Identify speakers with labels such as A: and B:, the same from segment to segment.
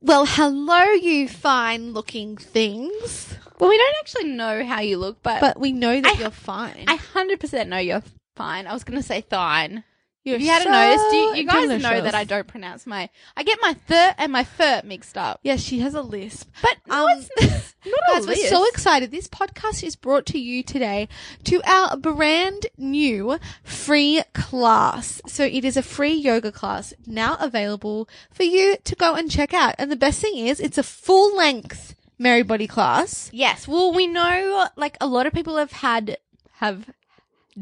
A: Well, hello, you fine looking things.
B: Well, we don't actually know how you look, but,
A: But we know that
B: I-
A: you're fine.
B: I hundred percent know you're fine. I was gonna say thine.
A: You're
B: If you
A: so
B: hadn't noticed, you, you guys know
A: delicious.
B: that I don't pronounce my. I get my thir and my fur mixed up.
A: Yeah, she has a lisp.
B: But no,
A: Um,
B: it's not a
A: guys, we're so
B: lisp.
A: excited. This podcast is brought to you today to our brand new free class. So it is a free yoga class now available for you to go and check out. And the best thing is it's a full length Mary Body class.
B: Yes. Well, we know like a lot of people have had have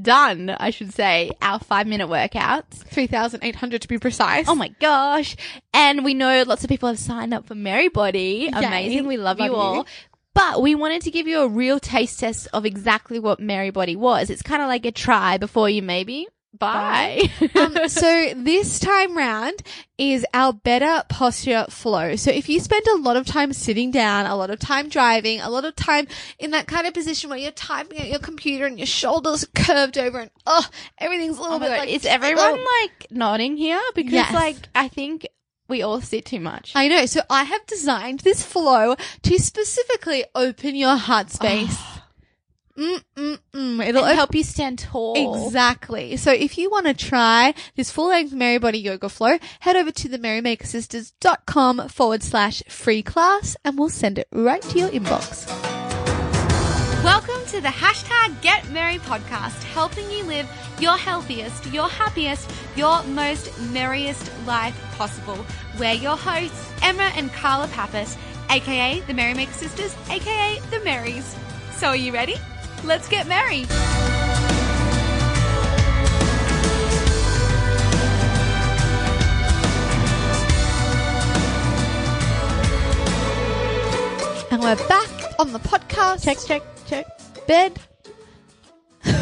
B: done, I should say, our five minute workouts.
A: 3,800 to be precise.
B: Oh my gosh. And we know lots of people have signed up for Merry Body. Amazing. We love,
A: Love
B: you
A: you.
B: all. But we wanted to give you a real taste test of exactly what Merry Body was. It's kind of like a try before you maybe. Bye.
A: um, so this time round is our better posture flow. So if you spend a lot of time sitting down, a lot of time driving, a lot of time in that kind of position where you're typing at your computer and your shoulders are curved over and oh, everything's a little
B: Oh my
A: bit
B: God,
A: like
B: is everyone
A: Oh.
B: like nodding here? Because
A: Yes.
B: like I think we all sit too much.
A: I know. So I have designed this flow to specifically open your heart space. Mm, mm, mm. It'll
B: It'll
A: open
B: help you stand tall.
A: Exactly. So if you want to try this full length Merry Body Yoga Flow, head over to themerrymakersisters.com forward slash free class and we'll send it right to your inbox.
B: Welcome to the hashtag Get Merry podcast, helping you live your healthiest, your happiest, your most merriest life possible. We're your hosts, Emma and Carla Pappas, aka the Merrymaker Sisters, aka the Marys. So are you ready? Let's get merry.
A: And we're back on the podcast. Check, check, check. Bed. and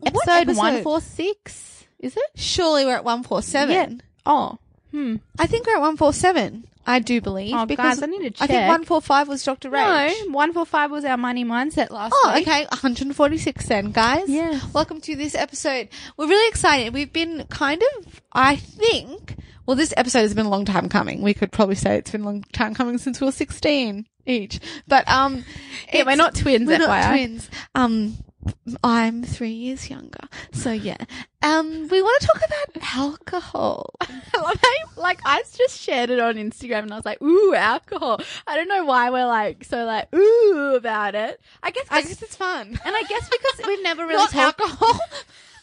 A: what
B: episode 146, is it?
A: Surely we're at 147.
B: Oh. Hmm.
A: I think we're at 147. I do believe.
B: Oh,
A: because
B: guys, I need to
A: I think
B: check.
A: 145 was Dr. Rage.
B: No, 145 was our money mindset last
A: Oh,
B: week.
A: okay. 146 then, guys.
B: Yes.
A: Welcome to this episode. We're really excited. We've been kind of, I think, well, this episode has been a long time coming. We could probably say it's been a long time coming since we were 16 each. But, um,
B: Yeah, we're
A: it's-
B: not twins,
A: We're not
B: FYI.
A: twins. Um, I'm three years younger. So yeah. Um, we want to talk about alcohol.
B: I love how you- like I just shared it on Instagram and I was like, ooh, alcohol. I don't know why we're like so like ooh about it. I guess
A: I guess it's fun.
B: and I guess because we've never really
A: Not
B: talked
A: alcohol.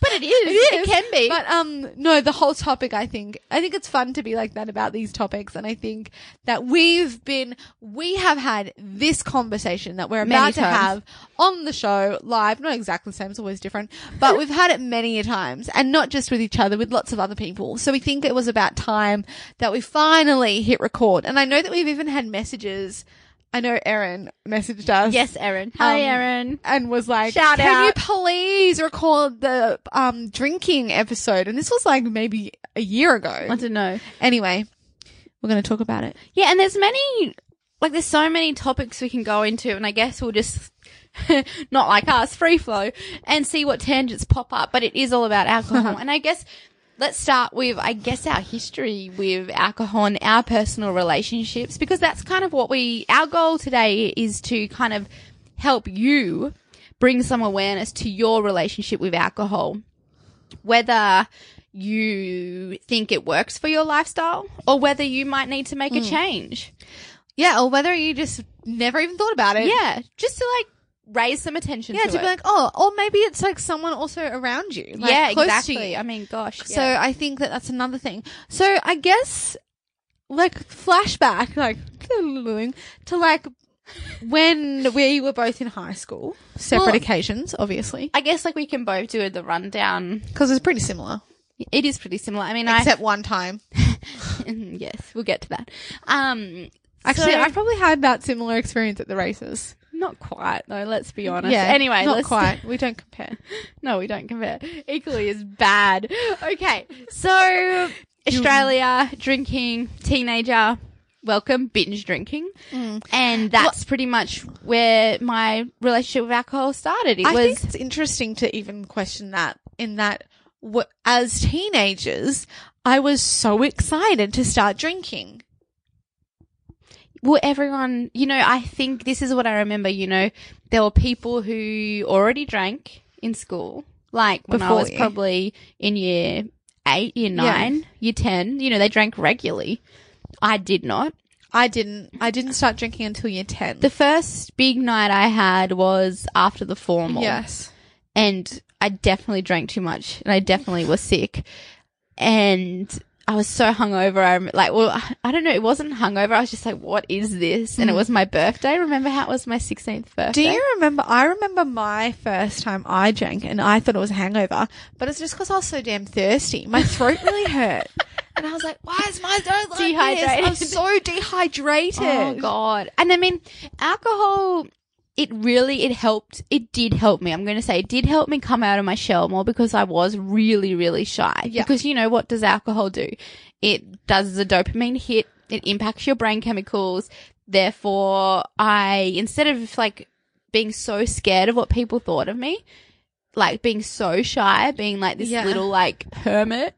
B: but it is. It, can be.
A: But um no, the whole topic I think I think it's fun to be like that about these topics and I think that we've been we have had this conversation that we're
B: Many
A: about to
B: times.
A: have on the show live, not exactly the same, it's always different, but we've had it many a times and not just with each other, with lots of other people. So we think it was about time that we finally hit record. And I know that we've even had messages. I know Erin messaged us
B: yes, Erin.
A: Um,
B: Hi, Erin.
A: and was like,
B: Shout
A: "Can
B: out.
A: you please record the um drinking episode?" And this was like maybe a year ago.
B: I don't know.
A: Anyway, we're going to talk about it.
B: Yeah, and there's many like there's so many topics we can go into and I guess we'll just not like us, free flow and see what tangents pop up, but it is all about alcohol. and I guess let's start with I guess our history with alcohol and our personal relationships because that's kind of what we our goal today is to kind of help you bring some awareness to your relationship with alcohol whether you think it works for your lifestyle or whether you might need to make a change.
A: Yeah, or whether you just never even thought about it.
B: Yeah, just to like raise some attention
A: yeah,
B: to,
A: to be
B: it.
A: like, oh, or maybe it's like someone also around you, like
B: yeah,
A: close
B: exactly.
A: to you.
B: I mean, gosh.
A: So
B: yeah.
A: I think that that's another thing. So I guess, like flashback, like to like when we were both in high school, separate
B: Well-
A: occasions, obviously,
B: I guess like we can both do the rundown.
A: because it's pretty similar.
B: It is pretty similar. I mean,
A: Except one time.
B: I yes, we'll get to that. Um,
A: Actually,
B: so-
A: I probably had that similar experience at the races.
B: not quite though. Let's be honest. anyway,
A: not
B: let's-
A: quite. We don't compare.
B: No, we don't compare. Equally as bad. Okay, so Australia drinking teenager. Welcome binge drinking,
A: Mm.
B: and that's pretty much where my relationship with alcohol started. It
A: I
B: was
A: think it's interesting to even question that. In that, w- as teenagers, I was so excited to start drinking.
B: well, everyone, you know, I think this is what I remember, you know, there were people who already drank in school, like when
A: Before
B: I was
A: you.
B: probably in year eight, year
A: Yeah.
B: nine, year 10, you know, they drank regularly. I did not.
A: I didn't. I didn't start drinking until year ten.
B: The first big night I had was after the formal.
A: yes.
B: And I definitely drank too much and I definitely was sick. And I was so hungover. I'm like, well, I- I don't know. It wasn't hungover. I was just like, what is this? And it was my birthday. Remember how it was my 16th birthday?
A: Mm. Do you remember? I remember my first time I drank, and I thought it was a hangover, but it's just because I was so damn thirsty. My throat really hurt, and I was like, "Why is my throat like
B: Dehydrated.
A: this? I'm so dehydrated."
B: Oh God! And I mean, alcohol. It really it helped. It did help me. I'm going to say it did help me come out of my shell more because I was really really shy.
A: Yeah.
B: Because you know what does alcohol do? It does a dopamine hit. It impacts your brain chemicals. Therefore, I instead of like being so scared of what people thought of me, like being so shy, being like this
A: Yeah.
B: little like hermit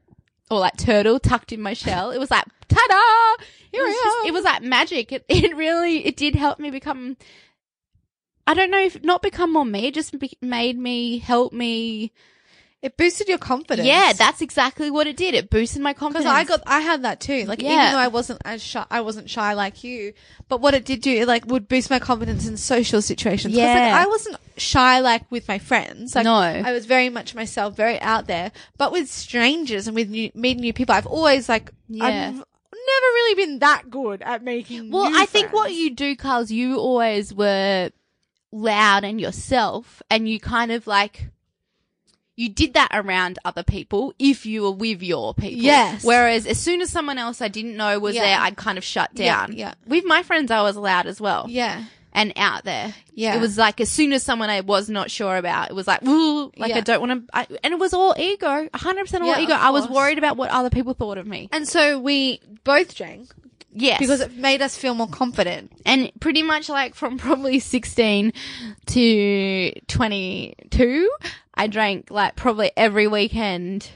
B: or like turtle tucked in my shell. It was like ta da! Here
A: It
B: it
A: was
B: was,
A: just-
B: it was like magic. It, it really it did help me become. I don't know if not become more me, it just be, made me help me.
A: It boosted your confidence.
B: Yeah, that's exactly what it did. It boosted my
A: because
B: confidence.
A: I got I had that too. Like even
B: Yeah.
A: though I wasn't as shy, I wasn't shy like you, but what it did do, it like would boost my confidence in social situations. 'Cause,
B: Yeah.
A: like I wasn't shy like with my friends. Like,
B: No.
A: I was very much myself, very out there. But with strangers and with new, meeting new people, I've always like
B: Yeah.
A: I've never really been that good at making.
B: Well,
A: new
B: I think what
A: friends.
B: you do, Carl, is you always were loud and yourself, and you kind of like you did that around other people if you were with your people.
A: Yes.
B: Whereas as soon as someone else I didn't know was
A: Yeah.
B: there, I'd kind of shut
A: Yeah,
B: down.
A: yeah.
B: With my friends, I was loud as well.
A: yeah.
B: And out there.
A: Yeah.
B: It was like as soon as someone I was not sure about, it was like, ooh, like
A: Yeah.
B: I don't want to. And it was all ego, 100% all
A: Yeah,
B: ego.
A: of
B: I was
A: course.
B: worried about what other people thought of me.
A: And so we both drank
B: Yes.
A: because it made us feel more confident.
B: and pretty much like from probably 16 to 22 i drank like probably every weekend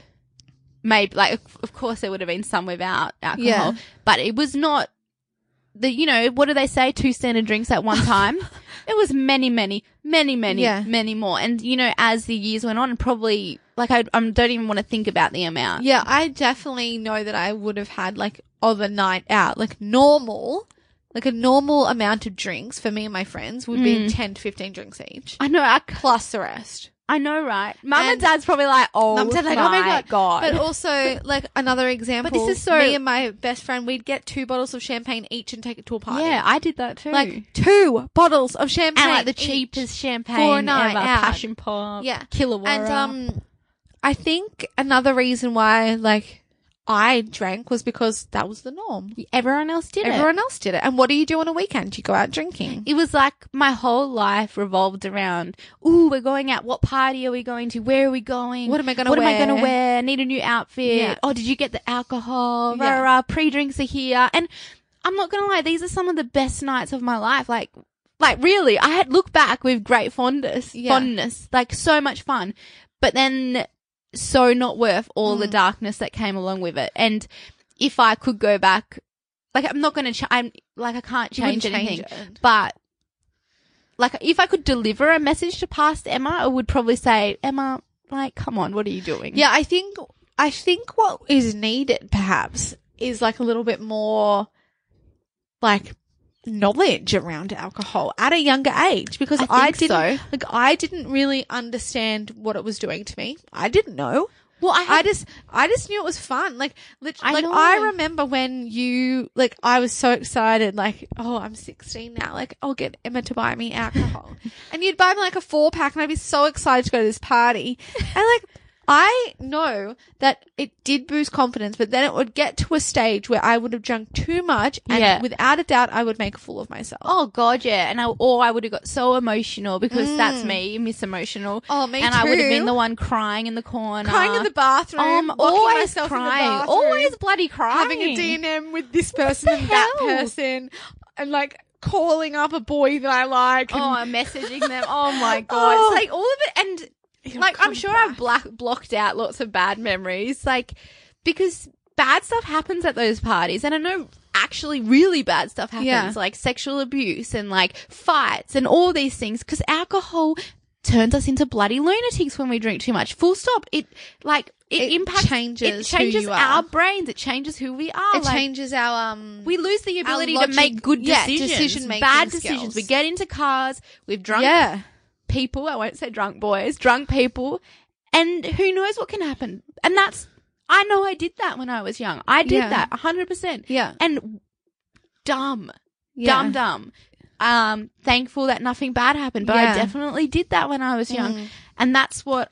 B: maybe like of- of course there would have been some without alcohol
A: Yeah.
B: but it was not the you know what do they say two standard drinks at one time it was many many many many
A: Yeah.
B: many more and you know as the years went on probably like i, I don't even want to think about the amount
A: Yeah, I definitely know that I would have had like of a night out, like normal, like a normal amount of drinks for me and my friends would be
B: Mm.
A: 10 to 15 drinks each,
B: i know i, c-
A: plus the rest.
B: I know right mum and,
A: And-
B: dad's probably like oh,
A: Mum said,
B: my, god,
A: But also, like another example,
B: But this is so-
A: me and my best friend, we'd get two bottles of champagne each and take it to a party.
B: Yeah, I did that too.
A: Like two bottles of champagne.
B: and like the
A: each.
B: cheapest champagne
A: for a night
B: ever,
A: out.
B: passion pop,
A: Yeah.
B: Kilowara.
A: And um I think another reason why like I drank was because that was the norm.
B: everyone else did
A: Everyone else did it. And what do you do on a weekend? You go out drinking.
B: it. It was like my whole life revolved around. Ooh, we're going out. What party are we going to? Where are we going?
A: What am I gonna
B: What am I going
A: wear?"
B: to wear? I need a new outfit.
A: Yeah.
B: Oh, did you get the alcohol?
A: Yeah.
B: Rah, rah, rah. Pre-drinks are here, and I'm not gonna lie. These are some of the best nights of my life. Like, like really, I had look back with great fondness,
A: Yeah.
B: fondness, like so much fun. But then so not worth all
A: Mm.
B: the darkness that came along with it. And if I could go back, like I'm not gonna, ch- I'm like I can't
A: You wouldn't
B: change
A: change
B: anything,
A: it.
B: but. Like if I could deliver a message to past Emma, I would probably say, Emma, like, come on, what are you doing?
A: Yeah, I think I think what is needed perhaps is like a little bit more like knowledge around alcohol at a younger age because
B: I
A: I,
B: think
A: didn't
B: so.
A: like I didn't really understand what it was doing to me. I didn't know.
B: Well, I,
A: I
B: had,
A: just I just knew it was fun. Like lit-
B: I
A: like
B: know.
A: I remember when you like I was so excited like oh I'm 16 now like I'll get Emma to buy me alcohol. and you'd buy me like a four pack and I'd be so excited to go to this party. And like I know that it did boost confidence, but then it would get to a stage where I would have drunk too much and
B: Yeah.
A: without a doubt I would make a fool of myself.
B: Oh God, yeah, and I or I would have got so emotional because that's me, Miss Emotional.
A: Oh, me
B: And I would have
A: too.
B: been the one crying in the corner,
A: crying in the bathroom,
B: Um,
A: locking
B: always
A: myself in the
B: crying,
A: bathroom,
B: always bloody crying,
A: having a DNM with this person and that
B: hell?
A: person, and like calling up a boy that I like.
B: Oh,
A: and-
B: I'm messaging them. Oh my god,
A: Oh.
B: it's like all of it, and
A: It'll
B: like I'm
A: come
B: sure
A: back.
B: I've black- blocked out lots of bad memories, like because bad stuff happens at those parties, and I know actually really bad stuff happens,
A: Yeah.
B: like sexual abuse and like fights and all these things, because alcohol turns us into bloody lunatics when we drink too much. Full stop. It like it,
A: It
B: impacts it
A: changes who
B: changes
A: you
B: our
A: are.
B: brains. It changes who we are.
A: it
B: like,
A: changes our um.
B: we lose the
A: Our
B: ability
A: logic-
B: to make good
A: yeah,
B: decisions,
A: decision-making
B: bad
A: skills.
B: decisions. We get into cars, we've drunk
A: yeah.
B: people, I won't say drunk boys, drunk people, and who knows what can happen. And that's, I know I did that when I was young. I did
A: Yeah.
B: that 100%.
A: Yeah.
B: And dumb,
A: Yeah.
B: dumb, dumb. Um, thankful that nothing bad happened, but
A: Yeah. Mm.
B: I definitely did that when I was young. And that's what,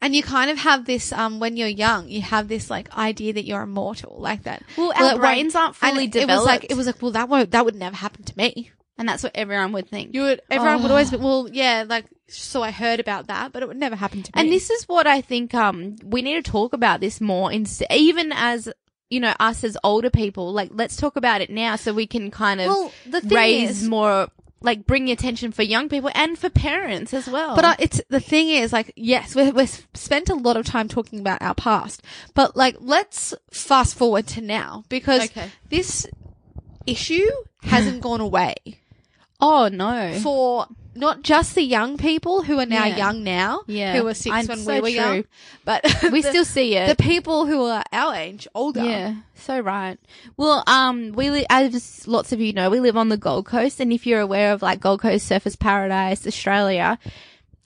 A: And you kind of have this um when you're young, you have this like idea that you're immortal, like that.
B: Well, our
A: it won't-
B: brains aren't
A: and
B: fully
A: it- It was like
B: developed.
A: it was like well that won't that would never happen to me.
B: and that's what everyone would think.
A: You would everyone would
B: Oh.
A: always be well yeah like so I heard about that, but it would never happen to me.
B: And this is what I think um we need to talk about this more instead even as you know us as older people like let's talk about it now so we can kind of
A: Well, the thing
B: raise
A: is-
B: more like bring attention for young people and for parents as well.
A: But I, it's the thing is, like, yes, we we spent a lot of time talking about our past, but like, let's fast forward to now because
B: Okay.
A: this issue hasn't gone away
B: oh no.
A: for not just the young people who are now
B: Yeah.
A: young now,
B: Yeah.
A: who were 6
B: I'm
A: when
B: so
A: we were
B: true.
A: young, but
B: we
A: the-
B: still see it.
A: the people who are our age older.
B: Yeah, so right. Well, um, we li- as lots of you know, we live on the Gold Coast, and if you're aware of like Gold Coast Surfers Paradise, Australia,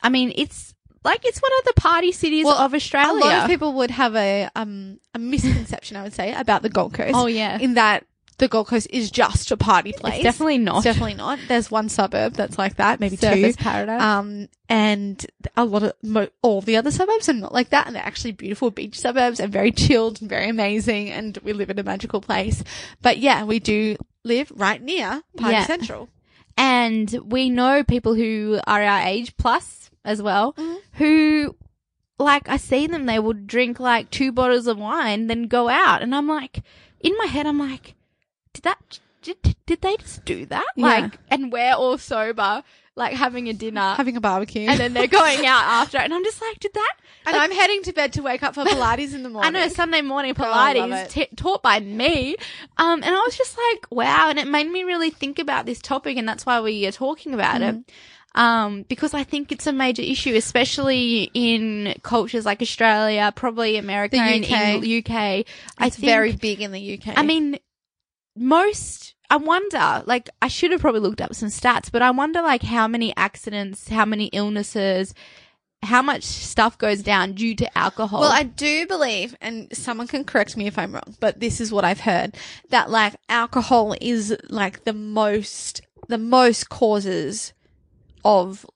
B: I mean, it's like it's one of the party cities
A: Well,
B: of
A: A
B: Australia.
A: lot of people would have a um a misconception, I would say, about the Gold Coast.
B: Oh, yeah.
A: in that the Gold Coast is just a party place.
B: definitely not.
A: It's definitely not. There's one suburb that's like that, maybe
B: Surfers
A: two.
B: Paradise.
A: Um, and a lot of mo- all the other suburbs are not like that, and they're actually beautiful beach suburbs and very chilled and very amazing. And we live in a magical place. But yeah, we do live right near Party
B: Yeah.
A: Central.
B: and we know people who are our age plus as well who like i see them they would drink like two bottles of wine then go out and i'm like in my head i'm like did that did, did they just do that
A: Yeah.
B: like and we're all sober like having a dinner
A: Having a barbecue,
B: and then they're going out after it and i'm just like did that
A: And I'm heading to bed to wake up for Pilates in the
B: I
A: morning.
B: know Sunday morning
A: I love
B: Pilates
A: it.
B: t- taught by me, um, and I was just like, wow, and it made me really think about this topic, and that's why we are talking about it,
A: Mm-hmm.
B: um, because I think it's a major issue, especially in cultures like Australia, probably America,
A: The
B: and
A: UK.
B: Eng- UK. I
A: It's
B: think,
A: very big in the UK.
B: I mean, most. I wonder, like, I should have probably looked up some stats, but I wonder, like, how many accidents, how many illnesses, how much stuff goes down due to alcohol.
A: Well, I do believe, and someone can correct me if I'm wrong, but this is what I've heard that like alcohol is like the most, the most causes of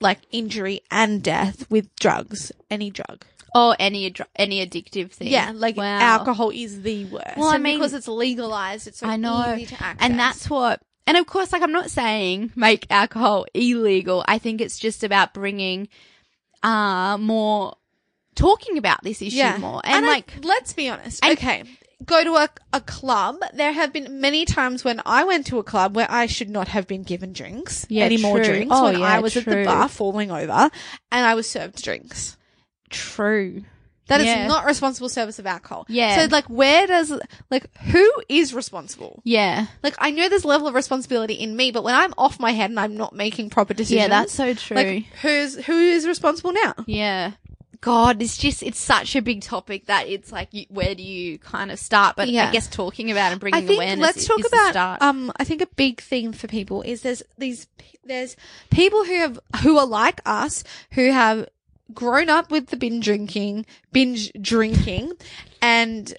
A: like injury and death with drugs, any drug.
B: Or Oh, any ad- any addictive thing.
A: Yeah, like
B: Wow.
A: alcohol is the worst.
B: Well, I
A: And
B: mean-
A: because it's legalized, it's so
B: I know,
A: easy to access.
B: and that's what. And of course, like I'm not saying make alcohol illegal. I think it's just about bringing uh more talking about this issue more and,
A: I-
B: like
A: let's be honest.
B: and-
A: okay. Go to a, a club. There have been many times when I went to a club where I should not have been given drinks,
B: Yeah,
A: any more
B: true.
A: drinks,
B: Oh,
A: when
B: yeah,
A: I was at the
B: true.
A: bar falling over and I was served drinks.
B: true.
A: That is
B: Yeah.
A: not responsible service of alcohol.
B: Yeah.
A: So like, where does, like, who is responsible?
B: Yeah,
A: Like, I know there's level of responsibility in me, but when I'm off my head and I'm not making proper decisions.
B: yeah, that's so true.
A: Like, who's, who is responsible now?
B: yeah. God, it's just it's such a big topic that it's like you, where do you kind of start? But
A: Yeah.
B: I guess talking about and bringing
A: I think
B: awareness.
A: let's
B: is-
A: talk
B: is the
A: about
B: start.
A: um I think a big thing for people is there's these p- there's people who have who are like us who have grown up with the binge drinking binge drinking and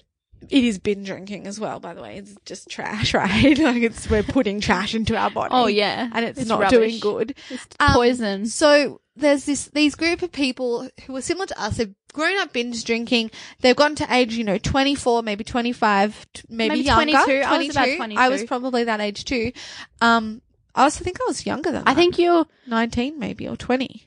A: It is bin drinking as well, by the way. It's just trash, right? like it's we're putting trash into our body.
B: Oh, yeah.
A: and it's,
B: It's
A: not doing
B: rubbish.
A: good.
B: It's
A: Um,
B: poison.
A: So there's this these group of people who are similar to us. They've grown up binge drinking. They've gotten to age, you know, 24, maybe 25, t- maybe,
B: Maybe
A: younger.
B: 22. I was about
A: I was
B: 22.
A: probably that age too. Um, I also think I was younger than
B: I
A: that.
B: think you're
A: 19 maybe or 20.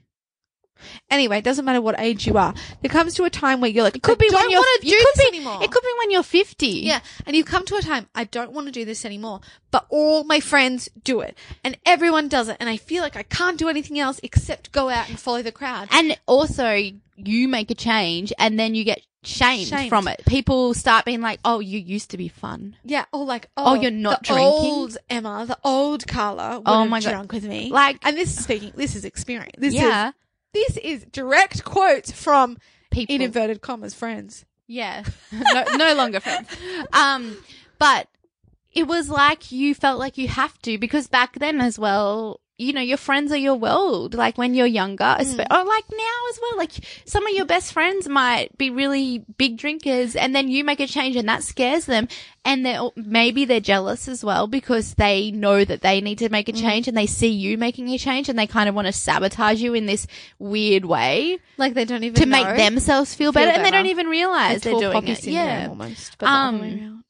A: Anyway, it doesn't matter what age you are. There comes to a time where you're like, it
B: could be
A: I
B: when
A: don't
B: you're
A: want to do
B: you could
A: this
B: be,
A: anymore.
B: It could be when you're fifty.
A: Yeah. And you come to a time, I don't want to do this anymore, but all my friends do it and everyone does it. And I feel like I can't do anything else except go out and follow the crowd.
B: And also, you make a change, and then you get shamed,
A: Shamed.
B: from it. People start being like, "Oh, you used to be fun."
A: yeah. Or like, oh,
B: Oh, you're not
A: the
B: drinking?
A: old Emma, the old Carla would
B: Oh
A: have
B: my God.
A: drunk with me.
B: Like-
A: and this is speaking, this is experience. This
B: yeah,
A: is, this is direct quotes from
B: people.
A: in inverted commas friends.
B: yeah, no, no longer friends. Um, but it was like you felt like you have to because back then as well. You know, your friends are your world. Like when you're younger, espe- or like now as well. Like some of your best friends might be really big drinkers, and then you make a change, and that scares them. And they are maybe they're jealous as well because they know that they need to make a change, and they see you making a change, and they kind of want to sabotage you in this weird way
A: Like they don't even
B: to make themselves feel, better, and they
A: better.
B: don't even realize
A: It's
B: they're
A: all
B: doing
A: poppy
B: it.
A: syndrome
B: Yeah,
A: almost, but the other
B: Um,
A: way around.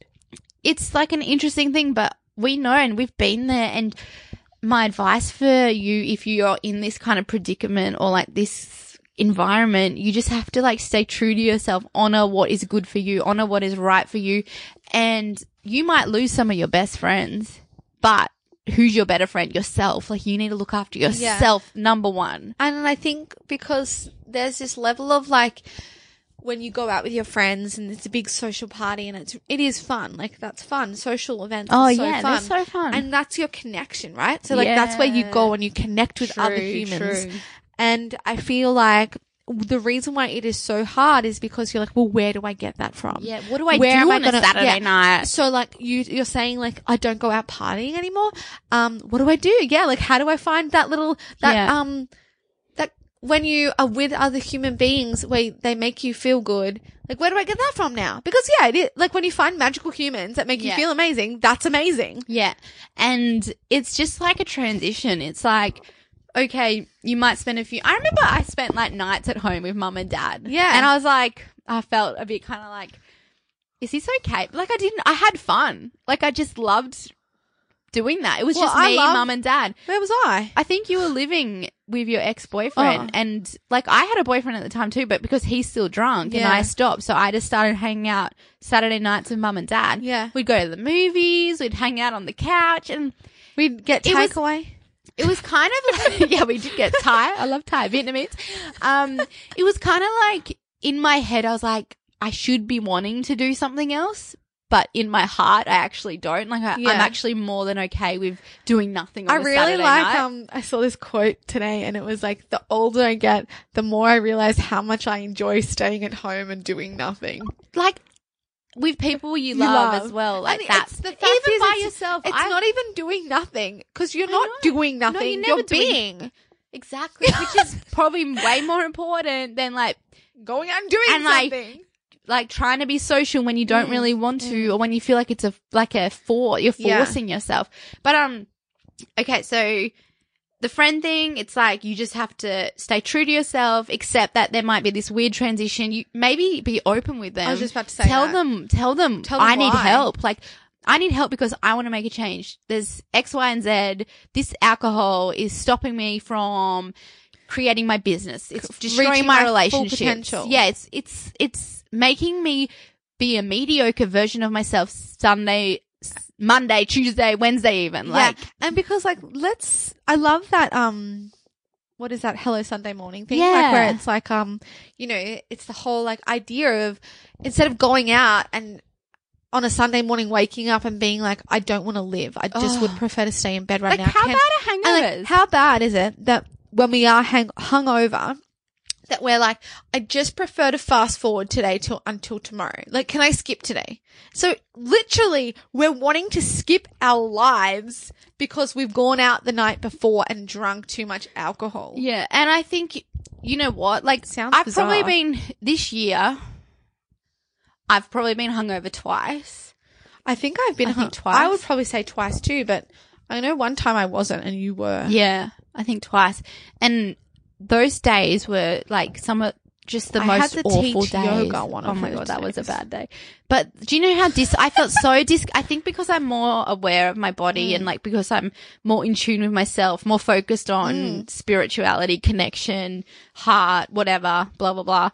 B: it's like an interesting thing, but we know and we've been there. And my advice for you, if you are in this kind of predicament or like this environment, you just have to like stay true to yourself, honor what is good for you, honor what is right for you, and you might lose some of your best friends, but. Who's your better friend? Yourself. Like you need to look after yourself, number one.
A: And I think because there's this level of like when you go out with your friends and it's a big social party and it's it is fun. Like that's fun. Social events
B: Oh,
A: are so
B: yeah,
A: fun.
B: they're so fun.
A: And that's your connection, right? So like that's where you
B: Yeah.
A: go and you connect with other
B: True,
A: humans.
B: true.
A: And I feel like the reason why it is so hard is because you're like, well, where do I get that from?
B: Yeah, what do I
A: Where
B: do
A: am I
B: on a
A: gonna-
B: Saturday
A: yeah.
B: night?
A: So like you you're saying like I don't go out partying anymore. Um what do I do? Yeah, like how do I find that little that
B: Yeah.
A: um that when you are with other human beings where they make you feel good. Like where do I get that from now? Because yeah, it is like when you find magical humans that make you
B: Yeah.
A: feel amazing, that's amazing.
B: Yeah. And it's just like a transition. It's like, okay, you might spend a few. I remember I spent like nights at home with mum and dad.
A: Yeah.
B: And I was like, I felt a bit kind of like, is this okay? But, Like I didn't, I had fun. Like I just loved doing that. It was
A: Well,
B: just
A: I
B: me,
A: love-
B: mum and dad.
A: Where was I?
B: I think you were living with your ex boyfriend,
A: Oh.
B: and like I had a boyfriend at the time too, but because he's still drunk
A: Yeah.
B: and I stopped, so I just started hanging out Saturday nights with mum and dad.
A: Yeah.
B: we'd go to the movies, we'd hang out on the couch, and
A: We'd get
B: It was-
A: takeaway.
B: it was kind of like yeah, we did get Thai. I love Thai Vietnamese. Um, it was kind of like in my head, I was like, I should be wanting to do something else. But in my heart, I actually don't. Like, I,
A: Yeah.
B: I'm actually more than okay with doing nothing. On
A: I
B: a
A: really
B: Saturday
A: like
B: night.
A: um I saw this quote today and it was like the older I get, the more I realize how much I enjoy staying at home and doing nothing.
B: like with people
A: You
B: you, love,
A: love.
B: as well. Like
A: And
B: that's
A: it's- the fact
B: even
A: is
B: by
A: it's-
B: yourself.
A: It's
B: I-
A: not even doing nothing because you're
B: I
A: not
B: know.
A: doing
B: No, you're
A: nothing. you're
B: never doing-
A: being
B: exactly, which is probably way more important than like
A: going out and doing
B: And, like,
A: something.
B: like trying to be social when you don't
A: Mm,
B: really want to or when you feel like it's a like a for you're
A: Yeah.
B: forcing yourself. But um okay, so the friend thing, it's like you just have to stay true to yourself, accept that there might be this weird transition. You maybe be open with them.
A: was just about to say
B: Tell
A: that.
B: them tell them
A: Tell them
B: I need
A: why.
B: help. Like I need help because I want to make a change. There's X, Y, and Z. This alcohol is stopping me from creating my business. It's destroying
A: reaching
B: my,
A: my full
B: relationships.
A: potential.
B: Yeah, it's it's it's making me be a mediocre version of myself Sunday, s- Monday, Tuesday, Wednesday, even like
A: yeah, and because like let's, I love that. Um, what is that? Hello Sunday morning thing, like where
B: Yeah.
A: it's like um, you know, it's the whole like idea of instead of going out and on a Sunday morning waking up and being like, I don't want to live. I just would
B: Oh.
A: prefer to stay in bed right
B: like
A: now.
B: how
A: Can-
B: bad are hangovers?
A: And like, how bad is it that when we are hang- hungover, that we're like, I just prefer to fast forward today till until tomorrow. Like, can I skip today? So literally, we're wanting to skip our lives because we've gone out the night before and drunk too much alcohol.
B: yeah, and I think you know what? Like
A: Sounds
B: I've
A: bizarre.
B: probably been this year. I've probably been hungover twice.
A: I think I've been
B: I think
A: hung- I would
B: twice.
A: probably say twice too, but I know one time I wasn't and you were.
B: Yeah, I think twice. And those days were like some of just the
A: I had
B: most
A: to
B: awful
A: teach
B: days.
A: yoga one
B: oh
A: of
B: my
A: those
B: god, that was a
A: days.
B: bad day. But do you know how dis? I felt so dis. I think because I'm more aware of my body
A: Mm.
B: and like because I'm more in tune with myself, more focused on
A: Mm.
B: spirituality, connection, heart, whatever, blah blah blah.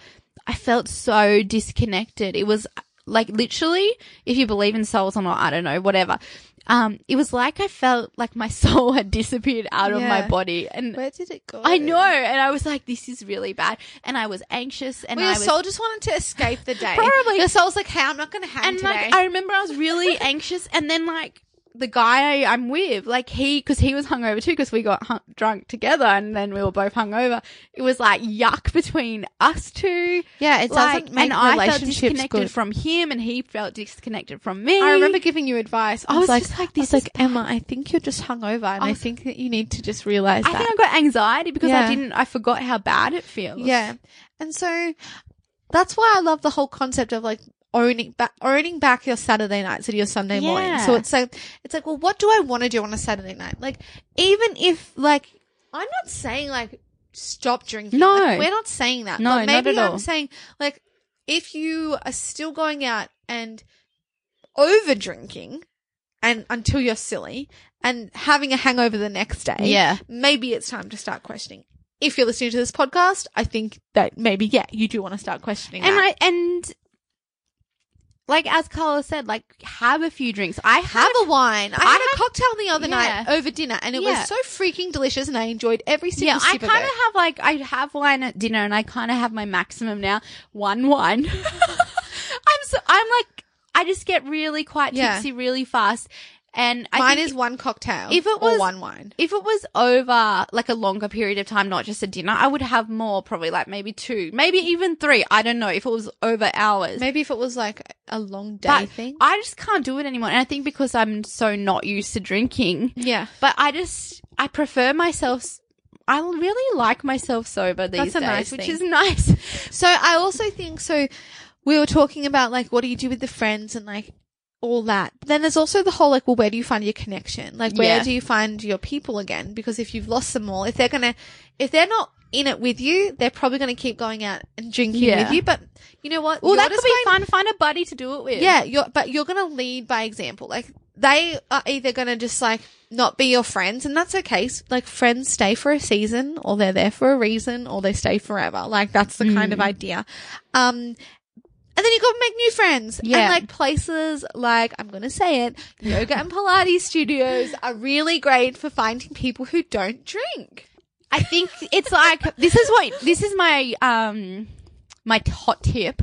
B: I felt so disconnected. It was like literally, if you believe in souls or not, I don't know, whatever. Um, it was like I felt like my soul had disappeared out of my
A: Yeah.
B: body, and
A: Where did it go?
B: I know, and I was like, "This is really bad," and I was anxious, and
A: Well,
B: I
A: your
B: was,
A: soul just wanted to escape the day.
B: Probably.
A: Your soul's like, hey, I'm not going to hang
B: and
A: today.
B: like I remember I was really anxious, and then like the guy I, I'm with, like he, because he was hungover too, because we got hung- drunk together, and then we were both hungover. It was like yuck between us two.
A: yeah, it
B: like,
A: doesn't make
B: and I felt
A: relationships
B: disconnected
A: good.
B: from him, and he felt disconnected from me.
A: I remember giving you advice. I,
B: I
A: was,
B: was
A: like,
B: just like,
A: I
B: this
A: was
B: is
A: like, Emma, I think you're just hungover, and I,
B: I-
A: think that you need to just realize
B: I
A: that.
B: think I got anxiety because
A: Yeah.
B: I didn't. I forgot how bad it feels.
A: Yeah. And so that's why I love the whole concept of like owning back owning back your Saturday nights and your Sunday morning.
B: Yeah.
A: So it's like it's like, well, what do I want to do on a Saturday night? Like even if like I'm not saying like stop drinking.
B: No.
A: Like, we're not saying that.
B: No,
A: but
B: not
A: maybe
B: at
A: I'm
B: all.
A: saying like if you are still going out and over drinking and until you're silly and having a hangover the next day
B: Yeah.
A: maybe it's time to start questioning. If you're listening to this podcast, I think that maybe yeah, you do want to start questioning.
B: and
A: that.
B: I and like as Carla said, like have a few drinks. I
A: have a wine. I,
B: I
A: had a
B: have-
A: cocktail the other
B: Yeah.
A: night over dinner, and it
B: Yeah.
A: was so freaking delicious, and I enjoyed every single
B: yeah. I
A: sip
B: kind
A: of
B: of
A: it.
B: have like I have wine at dinner, and I kind of have my maximum now. One wine. I'm so I'm like I just get really quite
A: Yeah.
B: tipsy really fast, and I
A: Mine
B: think
A: is one cocktail.
B: if it
A: or
B: was-
A: one wine,
B: if it was over like a longer period of time, not just a dinner, I would have more, probably like maybe two, maybe even three. I don't know if it was over hours.
A: maybe if it was like a long day
B: but
A: thing.
B: I just can't do it anymore. And I think because I'm so not used to drinking,
A: yeah,
B: but I just I prefer myself. s- I really like myself sober these
A: That's a
B: days,
A: nice
B: which
A: thing.
B: is nice.
A: So I also think so. We were talking about like what do you do with the friends and like all that. But then there's also the whole like, well, where do you find your connection? Like, where
B: Yeah.
A: do you find your people again? Because if you've lost them all, if they're gonna, if they're not in it with you, they're probably gonna keep going out and drinking
B: Yeah.
A: with you. But you know what?
B: Well,
A: You're
B: that could
A: just
B: be
A: going-
B: fun. Find a buddy to do it with.
A: yeah, you're, but you're going to lead by example. Like they are either going to just like not be your friends and that's okay. S- Like friends stay for a season or they're there for a reason or they stay forever. Like that's the
B: Mm.
A: kind of idea. Um, and then you got to make new friends.
B: Yeah.
A: And like places like, I'm going to say it, yoga and Pilates studios are really great for finding people who don't drink.
B: I think it's like this is what this is my um my t- hot tip.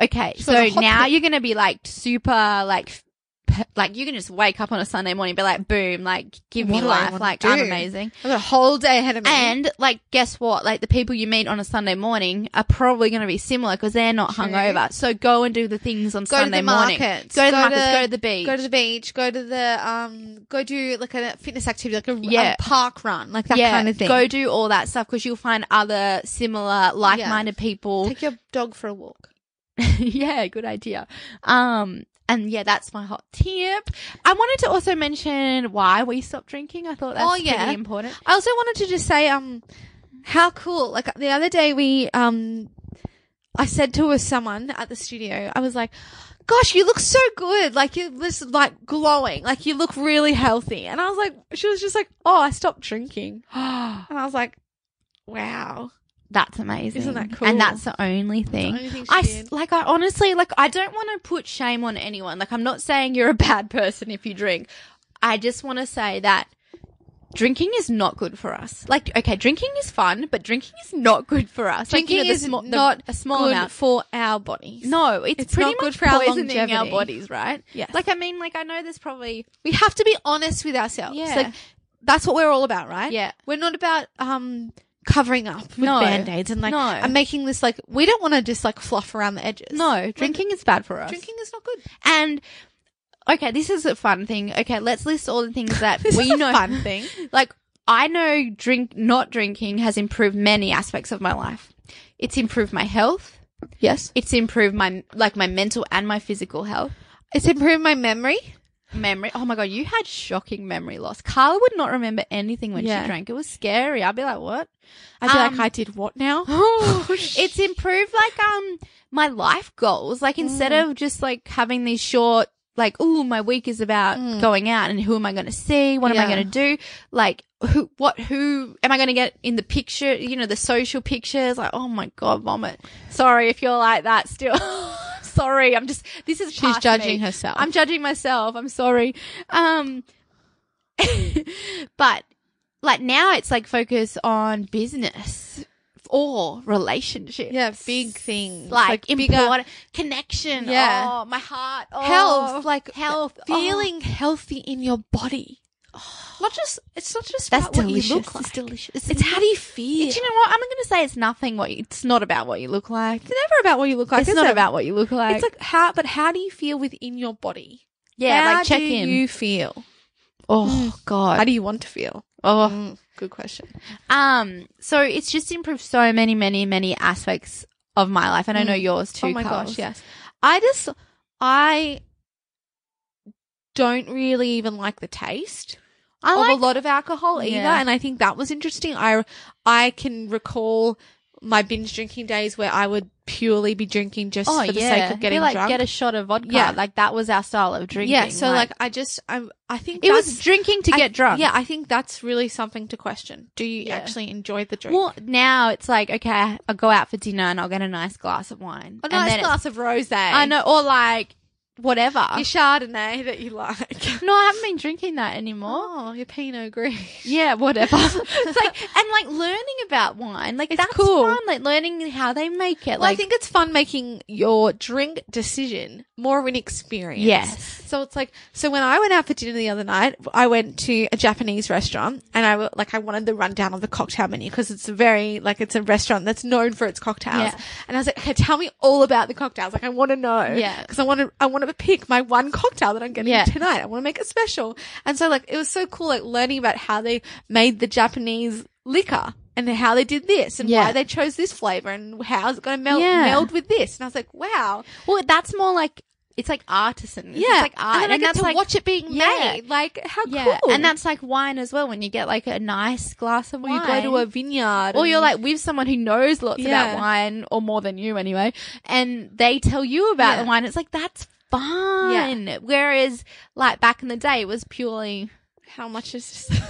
B: Okay,
A: She
B: so
A: wants a hot
B: now
A: tip.
B: you're gonna be like super like f- pe- like you can just wake up on a Sunday morning and be like boom like give
A: What
B: me
A: do I
B: life
A: wanna
B: like
A: do?
B: I'm amazing.
A: I've got a whole day ahead of me.
B: And like, guess what? Like the people you meet on a Sunday morning are probably going to be similar because they're not
A: True.
B: hungover. So go and do the things on
A: go
B: Sunday
A: to the
B: morning.
A: markets,
B: Go to the markets. go to the beach.
A: Go to the beach. Go to the um. Go do like a fitness activity, like a, a
B: Yeah.
A: park run, like that
B: yeah,
A: kind of thing.
B: go do all that stuff because you'll find other similar, like-minded people.
A: take your dog for a walk.
B: yeah, good idea. Um, and yeah, that's my hot tip. I wanted to also mention why we stopped drinking. I thought that's
A: Oh, yeah.
B: pretty important.
A: I also wanted to just say um, how cool! Like the other day we um, I said to someone at the studio, I was like. Gosh, you look so good. Like you're just like glowing. Like you look really healthy. And I was like, she was just like, oh, I stopped drinking. And I was like, wow.
B: That's amazing.
A: Isn't that cool?
B: And that's the only thing.
A: only thing she
B: I s-
A: did.
B: like. I honestly like. I don't want to put shame on anyone. Like, I'm not saying you're a bad person if you drink. I just want to say that drinking is not good for us. Like, okay, drinking is fun, but drinking is not good for us. Like, you
A: Drinking
B: know, the
A: is
B: sma- the-
A: not
B: a small
A: good
B: amount.
A: for our bodies.
B: No, it's,
A: It's
B: pretty
A: not
B: much
A: good for our
B: poisoning our
A: longevity.
B: bodies, right?
A: Yes.
B: Like, I mean, like, I know there's probably
A: we have to be honest with ourselves.
B: Yeah.
A: Like that's what we're all about, right?
B: Yeah.
A: We're not about um covering up with
B: No.
A: band-aids and like
B: No.
A: and making this like we don't want to just like fluff around the edges.
B: no drinking is bad for us.
A: Drinking is not good.
B: and okay, this is a fun thing. Okay, let's list all the things that
A: This
B: we
A: is a
B: know.
A: fun thing.
B: Like I know drink not drinking has improved many aspects of my life. It's improved my health.
A: Yes.
B: It's improved my like my mental and my physical health.
A: It's improved my memory.
B: Memory. Oh my god, you had shocking memory loss. Carla would not remember anything when
A: Yeah.
B: she drank. It was scary. I'd be like, "What?"
A: I feel
B: Um,
A: like I did what now? Oh,
B: it's improved like um my life goals. Like instead
A: Mm.
B: of just like having these short like, oh, my week is about going out and who am I going to see? What am I
A: Mm. Yeah.
B: going to do? Like who, what, who am I going to get in the picture? You know, the social pictures. Like, oh my God, vomit. Sorry if you're like that still. sorry. I'm just, this is,
A: She's
B: past
A: judging
B: me.
A: herself.
B: I'm judging myself. I'm sorry. Um, but like now it's like focus on business or relationships.
A: yeah, big things
B: Like,
A: bigger-
B: important connection.
A: Yeah.
B: Oh, my heart. Oh,
A: health, like uh, oh,
B: health.
A: feeling healthy in your body.
B: Not just, it's not just
A: That's
B: about what
A: delicious.
B: you look like.
A: It's delicious. It's, how do you feel?
B: Do you know what? I'm going to say it's nothing what you, it's not about what you look like.
A: it's never about what you look like.
B: it's
A: is
B: not
A: it?
B: about what you look like.
A: It's like how, but how do you feel within your body?
B: yeah,
A: How
B: like check
A: do
B: in.
A: you feel? Mm.
B: oh God.
A: How do you want to feel? Mm,
B: oh.
A: Good question.
B: Um, so it's just improved so many, many, many aspects of my life, and I know
A: Mm.
B: yours too.
A: oh my
B: Carls.
A: gosh, yes. I just, I don't really even like the taste
B: I
A: of
B: like
A: a lot of alcohol either,
B: Yeah.
A: and I think that was interesting. I, I can recall my binge drinking days where I would purely be drinking just for the sake of
B: Be
A: getting
B: like
A: drunk.
B: get a shot of vodka.
A: Yeah.
B: like that was our style of drinking.
A: yeah, so like, I just, I, I think
B: it was
A: that's-
B: drinking to
A: I-
B: get drunk.
A: Yeah, I think that's really something to question. Do you
B: Yeah.
A: actually enjoy the drink?
B: Well, now it's like okay, I'll go out for dinner and I'll get a nice glass of wine.
A: a
B: And
A: nice
B: then it's-
A: glass of rosé.
B: I know, or like whatever.
A: your Chardonnay that you like.
B: no, I haven't been drinking that anymore.
A: Oh, your Pinot Gris.
B: Yeah, whatever. it's like and like learning about wine, like
A: It's
B: that's
A: cool.
B: fun. Like learning how they make it.
A: Well, I think it's fun making your drink decision more of an experience.
B: Yes.
A: So it's like, so when I went out for dinner the other night, I went to a Japanese restaurant and I w- like, I wanted the rundown of the cocktail menu because it's a very, like, it's a restaurant that's known for its cocktails.
B: Yeah.
A: And I was like, okay, tell me all about the cocktails. Like, I want to know.
B: Yeah.
A: Cause I want to, I want to pick my one cocktail that I'm getting
B: Yeah.
A: tonight. I want to make it special. And so like, it was so cool, like learning about how they made the Japanese liquor. And how they did this, and why
B: Yeah.
A: they chose this flavor, and how's it going to meld,
B: Yeah.
A: meld with this? And I was like, wow,
B: Well, that's more like it's like artisan. It's
A: yeah,
B: like art,
A: and, then I get
B: that's
A: to
B: like
A: watch it being
B: yeah.
A: made. Like how
B: yeah,
A: Oh, cool!
B: and that's like wine as well. When you get like a nice glass of
A: or
B: wine,
A: you go to a vineyard,
B: or you're
A: and-
B: like with someone who knows lots
A: Yeah.
B: about wine or more than you anyway, and they tell you about
A: Yeah.
B: the wine. It's like that's fun. Whereas like back in the day, it was purely
A: how much is this?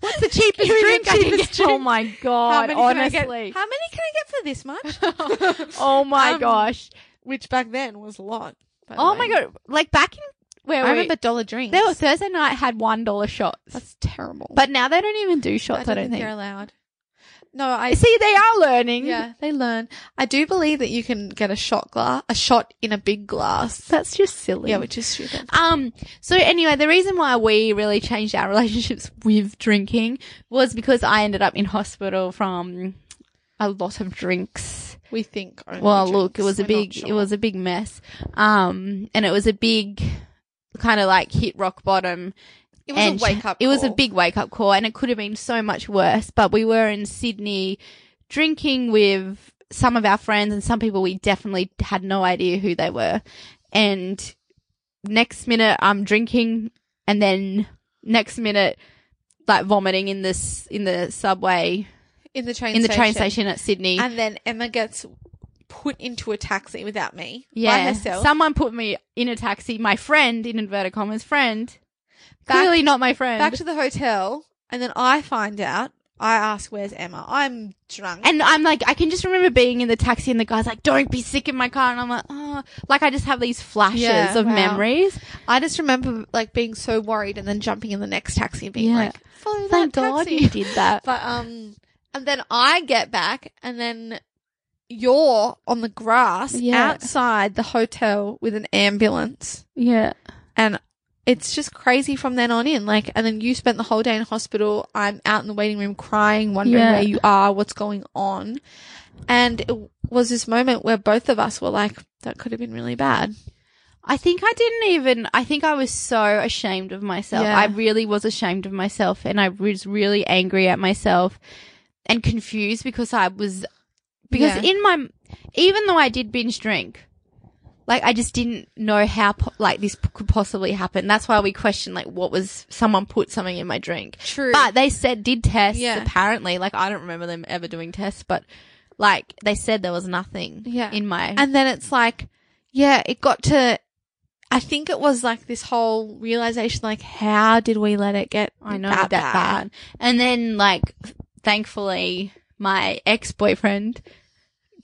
B: what's the cheapest
A: drink I can get?
B: Oh my god!
A: Can I
B: honestly,
A: get? How many can I get for this much?
B: oh my
A: Um,
B: gosh!
A: Which back then was a lot. by the
B: Oh
A: way.
B: my god! Like back in where
A: I
B: were we-
A: remember dollar drinks.
B: They were Thursday night had one dollar shots,
A: that's terrible.
B: but now they don't even do shots. I don't, think.
A: they're allowed. No, I
B: See, they are learning.
A: yeah, they learn. I do believe that you can get a shot glass, a shot in a big glass.
B: that's just silly.
A: Yeah, which is stupid.
B: um. So anyway, the reason why we really changed our relationships with drinking was because I ended up in hospital from a lot of drinks.
A: We think. only
B: Well, look, it
A: drinks.
B: was a
A: We're not
B: big, it
A: sure.
B: was a big mess. Um, and it was a big kind of like hit rock bottom.
A: It was
B: and
A: a wake up.
B: It was a
A: call.
B: big wake up call, and it could have been so much worse. But we were in Sydney drinking with some of our friends and some people we definitely had no idea who they were. And next minute, I'm drinking, and then next minute, like vomiting in this in the subway
A: in the train
B: in the train station at Sydney.
A: and then Emma gets put into a taxi without me by
B: yeah,
A: herself.
B: someone put me in a taxi. My friend, in inverted commas, friend,
A: Back-
B: clearly not my friend.
A: back to the hotel, and then I find out. I ask, "Where's Emma?" I'm drunk.
B: And I'm like, I can just remember being in the taxi and the guy's like, don't be sick in my car. And I'm like, oh, like I just have these flashes
A: Yeah,
B: of
A: wow.
B: memories.
A: I just remember like being so worried, and then jumping in the next taxi and being
B: Yeah.
A: like, "Follow
B: Thank
A: that
B: God
A: taxi."
B: you did that.
A: But um, and then I get back, and then you're on the grass
B: Yeah.
A: outside the hotel with an ambulance.
B: yeah.
A: and it's just crazy from then on in. Like, and then you spent the whole day in hospital. I'm out in the waiting room crying, wondering
B: Yeah.
A: where you are, what's going on. And it was this moment where both of us were like, that could have been really bad.
B: I think I didn't even, I think I was so ashamed of myself.
A: Yeah.
B: I really was ashamed of myself and I was really angry at myself and confused because I was because
A: Yeah.
B: in my, even though I did binge drink, like I just didn't know how po- like this p- could possibly happen. That's why we questioned like what was someone put something in my drink.
A: True.
B: but they said did tests
A: Yeah.
B: apparently. Like I don't remember them ever doing tests, but like they said there was nothing
A: Yeah.
B: in my
A: And then it's like, yeah, it got to, I think it was like this whole realization, like, how did we let it get
B: I know
A: that,
B: that, bad. And then like thankfully my ex boyfriend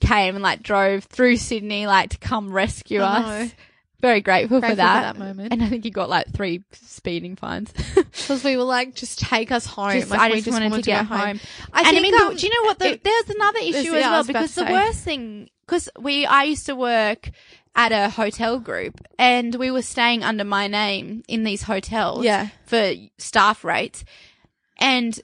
B: came and like drove through Sydney like to come rescue
A: I
B: us.
A: know.
B: Very grateful,
A: Oh, Grateful for
B: for that.
A: that moment.
B: And I think he got like three speeding fines.
A: Because we were like, just take us home.
B: Just-
A: like,
B: I
A: we
B: just wanted to get home.
A: I
B: and
A: think,
B: I mean, the-
A: um,
B: do you know what? The,
A: it-
B: there's another issue
A: yeah,
B: as
A: I
B: well
A: was about
B: because
A: to
B: the
A: say.
B: worst thing, because we, I used to work at a hotel group and we were staying under my name in these hotels
A: Yeah.
B: for staff rates. And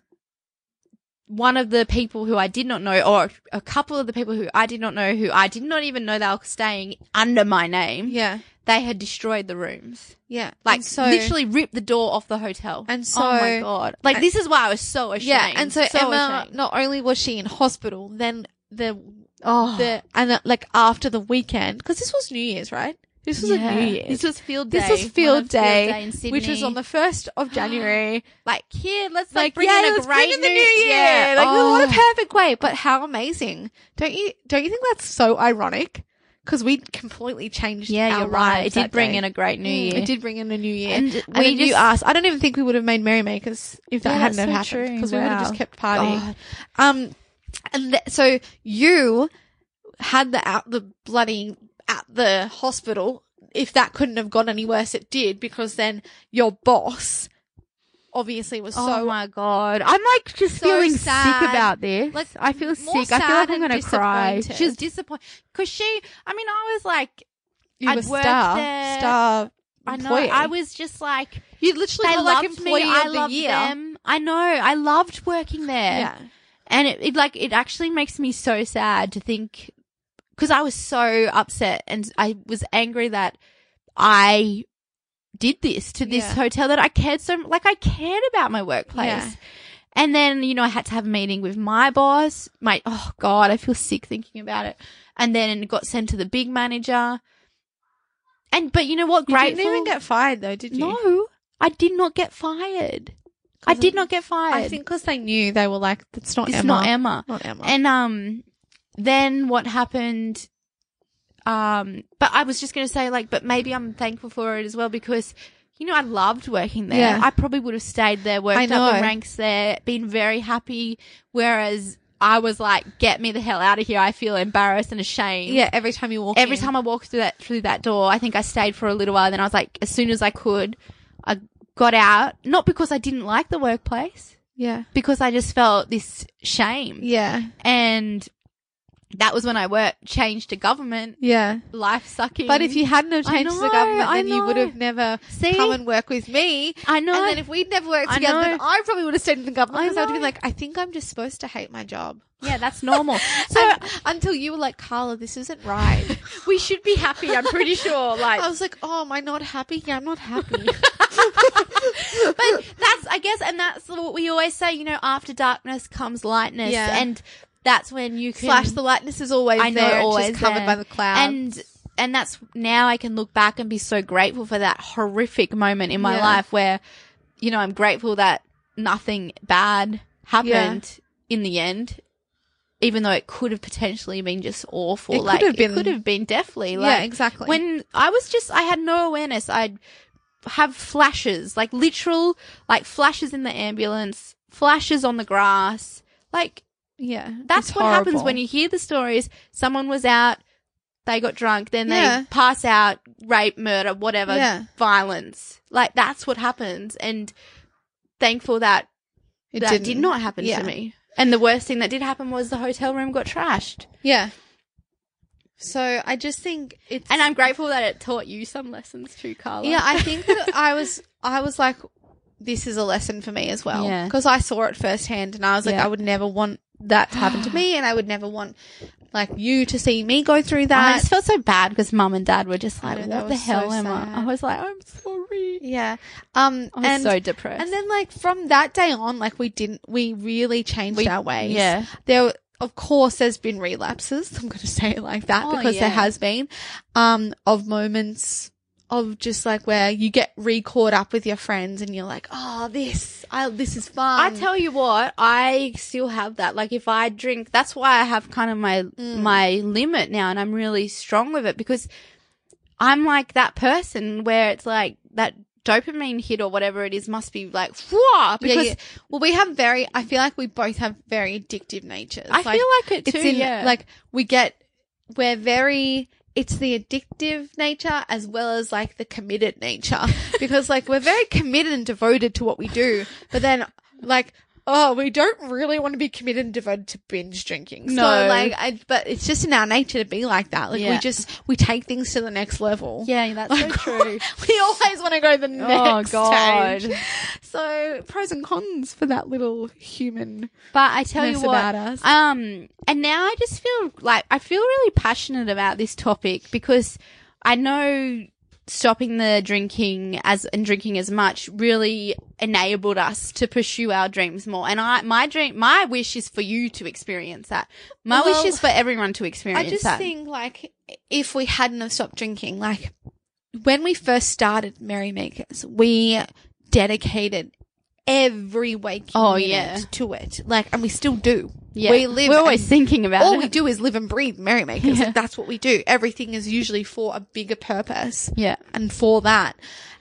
B: one of the people who I did not know, or a couple of the people who I did not know, who I did not even know they were staying under my name,
A: Yeah.
B: they had destroyed the rooms.
A: Yeah.
B: Like
A: And so,
B: literally ripped the door off the hotel.
A: And
B: oh my
A: so-
B: god! Like
A: and-
B: this is why I was so ashamed.
A: Yeah. And so, Emma,
B: ashamed.
A: not only was she in hospital, then the,
B: Oh.
A: the, and uh, like after the weekend, because this was New Year's, right? This was
B: Yeah.
A: a New Year's.
B: This was field day.
A: This was
B: One of
A: field day,
B: in Sydney.
A: which was on the 1st of January.
B: like here. Let's like,
A: like,
B: bring
A: yeah,
B: in a
A: let's
B: great
A: bring in the new year.
B: Yeah.
A: Like,
B: oh.
A: what a perfect way. But how amazing. Don't you, don't you think that's so ironic? Cause we completely changed
B: yeah,
A: our
B: you're right. It
A: lives
B: did
A: that
B: bring
A: day.
B: in a great new
A: Mm,
B: year.
A: It did bring in a new year.
B: And
A: And,
B: we
A: then you
B: just-
A: asked, I don't even think we would have made merrymakers if that
B: Yeah,
A: hadn't have
B: that's so
A: happened
B: true.
A: because we would have just
B: Wow.
A: kept partying.
B: God.
A: Um, and th- so you had the out the bloody at the hospital. If that couldn't have gone any worse, it did because then your boss obviously was
B: Oh
A: so
B: my god! I'm like just
A: so
B: feeling
A: sad.
B: sick about this. Like, I feel
A: more
B: sick. I feel like
A: sad
B: I'm
A: and
B: gonna cry.
A: disappointed.
B: She's disappointed because she. I mean, I was like,
A: you
B: I'd
A: were
B: worked
A: star
B: there.
A: star.
B: I know.
A: employee.
B: I was just like,
A: You literally
B: they
A: were like
B: loved
A: employee
B: me. I
A: of the
B: loved
A: year.
B: them. I know. I loved working there.
A: Yeah.
B: And it, it like it actually makes me so sad to think because I was so upset and I was angry that I did this to this
A: Yeah.
B: hotel that I cared so like I cared about my workplace.
A: Yeah.
B: And then you know I had to have a meeting with my boss. My oh god, I feel sick thinking about it. And then it got sent to the big manager. And but you know what?
A: You
B: Grateful.
A: didn't even get fired though, did you?
B: no, I did not get fired. I did not get fired.
A: I think because they knew they were like, it's not
B: it's
A: Emma.
B: not Emma.
A: Not Emma.
B: And um, then what happened? Um, but I was just gonna say like, but maybe I'm thankful for it as well because. You know, I loved working there.
A: Yeah.
B: I probably would have stayed there, worked
A: I
B: up the
A: know.
B: ranks there, been very happy. Whereas I was like, "Get me the hell out of here!" I feel embarrassed and ashamed.
A: yeah, every time you walk
B: Every
A: in.
B: time I walked through that through that door, I think I stayed for a little while. Then I was like, as soon as I could, I got out. Not because I didn't like the workplace,
A: Yeah.
B: because I just felt this shame.
A: Yeah.
B: And that was when I worked, changed to government,
A: Yeah.
B: life sucking.
A: But if you hadn't have
B: Mm. I
A: changed to the
B: know,
A: government,
B: I
A: then you
B: know.
A: would have never
B: See?
A: come and work with me.
B: I know.
A: And then if we'd never worked
B: I
A: together, then
B: know.
A: I probably would have stayed in the government
B: I
A: because I would have
B: know.
A: been like, I think I'm just supposed to hate my job.
B: yeah, that's normal.
A: So
B: So
A: until you were like, Carla, this isn't right.
B: we should be happy. I'm pretty sure. Like,
A: I was like, oh, am I not happy? Yeah, I'm not happy.
B: but that's I guess, and that's what we always say. You know, after darkness comes lightness,
A: Yeah.
B: and that's when you can
A: Slash, the lightness is always
B: I know
A: there.
B: always
A: it's just covered
B: there.
A: by the clouds.
B: and and that's now I can look back and be so grateful for that horrific moment in my
A: Yeah.
B: life where, you know, I'm grateful that nothing bad happened in the end, even though it could have potentially been just awful.
A: It could
B: like
A: have been-
B: it could have been deathly.
A: Yeah,
B: Like,
A: exactly.
B: When I was just, I had no awareness. I'd have flashes, like literal, like flashes in the ambulance, flashes on the grass, like
A: yeah,
B: that's
A: it's
B: what happens
A: horrible.
B: when you hear the stories. Someone was out, they got drunk, then
A: Yeah.
B: they pass out, rape, murder, whatever,
A: Yeah.
B: violence. Like that's what happens. And thankful that
A: It
B: that
A: didn't.
B: did not happen
A: Yeah.
B: to me. And the worst thing that did happen was the hotel room got trashed.
A: Yeah. So I just think it's
B: And I'm grateful that it taught you some lessons too, Carla.
A: Yeah, I think that I was I was like, this is a lesson for me as well.
B: Yeah.
A: Because I saw it firsthand and I was like,
B: Yeah.
A: I would never want that to happen to me and I would never want like you to see me go through that.
B: I just felt so bad because mum and dad were just
A: I
B: like,
A: know, that
B: "What the
A: was so
B: hell, Emma?"
A: sad.
B: I was like, "I'm sorry."
A: yeah. Um
B: I was
A: and
B: so depressed.
A: and then like from that day on, like we didn't we really changed
B: We-
A: our ways.
B: yeah.
A: There of course, there's been relapses. I'm going to say it like that
B: Oh,
A: because there
B: yeah.
A: has been, um, of moments of just like where you get re caught up with your friends and you're like, oh, this, I, this is
B: I
A: fun.
B: tell you what, I still have that. Like if I drink, that's why I have kind of my my limit now, and I'm really strong with it because I'm like that person where it's like that dopamine hit or whatever it is must be like whoa
A: because
B: because
A: well, we have very. I feel like we both have very addictive natures.
B: I feel like it
A: it's
B: too,
A: in
B: yeah.
A: like we get we're very. It's the addictive nature as well as like the committed nature because like we're very committed and devoted to what we do, but then like. Oh, we don't really want to be committed and devoted to binge drinking. so,
B: No.
A: like, I, but it's just in our nature to be like that. Like, we
B: Yeah.
A: just we take things to the next level.
B: yeah, that's Oh,
A: Like, we always want to go the next
B: God.
A: stage. So pros and cons for that little human.
B: But I tell you
A: Ness
B: what,
A: about us.
B: um, and now I just feel like I feel really passionate about this topic because I know stopping the drinking as and drinking as much really enabled us to pursue our dreams more. And I, my dream, my wish is for you to experience that. My
A: Well,
B: wish is for everyone to experience
A: I just
B: that.
A: think like if we hadn't have stopped drinking, like when we first started Merrymakers, we dedicated every waking
B: Oh,
A: minute
B: yeah.
A: to it. Like, and we still do.
B: yeah,
A: We live.
B: We're always
A: and
B: thinking about
A: all
B: it.
A: we do is live and breathe merrymakers. Like, that's what we do. Everything is usually for a bigger purpose.
B: Yeah.
A: and for that.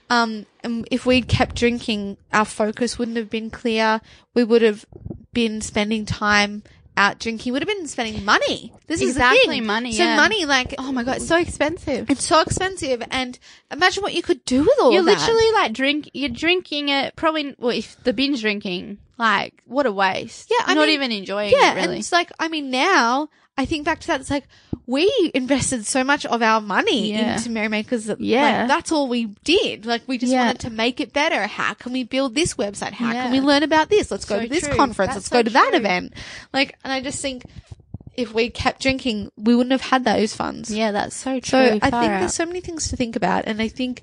A: Um, and if we'd kept drinking, our focus wouldn't have been clear. We would have been spending time out drinking. Would have been spending money. This is the
B: Exactly,
A: thing.
B: money,
A: So
B: yeah.
A: money, like
B: Oh my god, it's so expensive.
A: it's so expensive. And imagine what you could do with all
B: You're
A: that.
B: literally like drink. You're drinking it probably. Well, if the binge drinking, like what a waste.
A: Yeah, I
B: You're not
A: mean-
B: even enjoying
A: yeah.
B: it really.
A: And it's like I mean, now I think back to that. It's like we invested so much of our money
B: Yeah.
A: into merrymakers. That,
B: Yeah.
A: like, that's all we did. Like we just
B: Yeah.
A: wanted to make it better. How can we build this website? How can we
B: Yeah.
A: learn about this? Let's go
B: So
A: to this
B: true.
A: conference.
B: That's
A: Let's go
B: so
A: to that
B: true.
A: event. Like, and I just think if we kept drinking, we wouldn't have had those funds.
B: yeah, that's so true.
A: So I think
B: Far
A: there's
B: out.
A: so many things to think about, and I think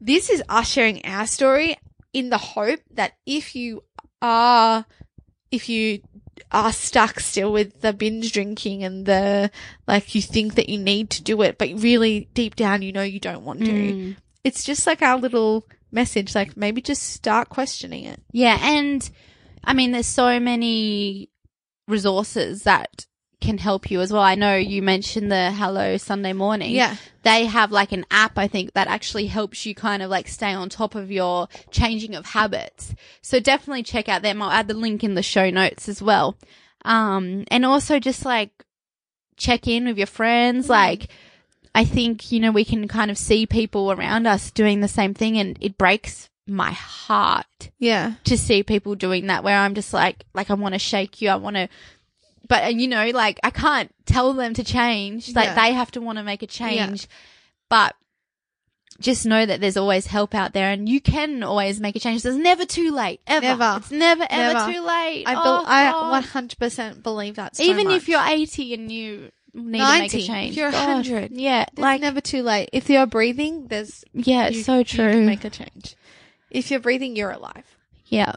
A: this is us sharing our story in the hope that if you are, if you are stuck still with the binge drinking and the like, you think that you need to do it, but really deep down you know you don't want to.
B: Mm.
A: It's just like our little message, like maybe just start questioning it.
B: yeah, and I mean, there's so many resources that can help you as well. I know you mentioned the Hello Sunday Morning.
A: Yeah.
B: they have like an app I think that actually helps you kind of like stay on top of your changing of habits. So definitely check out them. I'll add the link in the show notes as well. Um, and also just like check in with your friends. Like, I think, you know, we can kind of see people around us doing the same thing and it breaks my heart
A: Yeah.
B: to see people doing that where I'm just like, like, I want to shake you. I want to, but uh, you know, like, I can't tell them to change. Like,
A: Yeah.
B: they have to want to make a change. But just know that there's always help out there and you can always make a change. There's never too late. Ever.
A: Never.
B: It's never, ever
A: Never.
B: too late.
A: I, bel
B: Oh, God.
A: I 100% believe that. So
B: Even if
A: much.
B: you're 80 and you need to
A: 90,
B: make a change.
A: if you're
B: God.
A: 100,
B: Yeah.
A: It's
B: like,
A: never too late. If you're breathing, there's
B: yeah, it's
A: you-
B: so
A: you
B: true.
A: can make a change. If you're breathing, you're alive.
B: Yeah.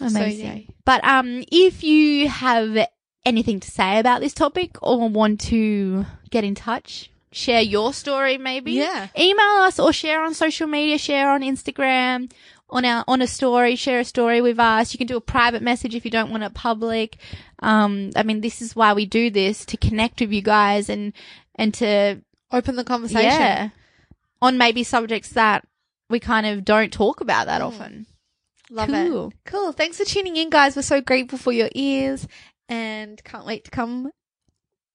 A: yay.
B: Amazing. but um if you have anything to say about this topic or want to get in touch, share your story maybe.
A: Yeah.
B: Email us or share on social media, share on Instagram, on our on a story, share a story with us. You can do a private message if you don't want it public. Um I mean this is why we do this to connect with you guys and and to
A: Open the conversation.
B: yeah, on maybe subjects that we kind of don't talk about that often.
A: Mm. Love
B: Cool.
A: it. Cool. Thanks for tuning in, guys. We're so grateful for your ears and can't wait to come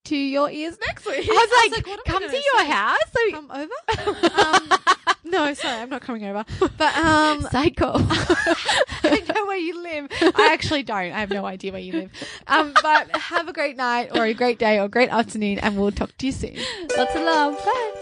A: to your ears next week.
B: I was like,
A: what am I
B: come to
A: gonna
B: your
A: say?
B: house. So
A: Come over? um, no, sorry, I'm not coming over. But um,
B: psycho.
A: I know where you live. I actually don't. I have no idea where you live. Um, but have a great night or a great day or a great afternoon, and we'll talk to you soon.
B: Lots of love. Bye.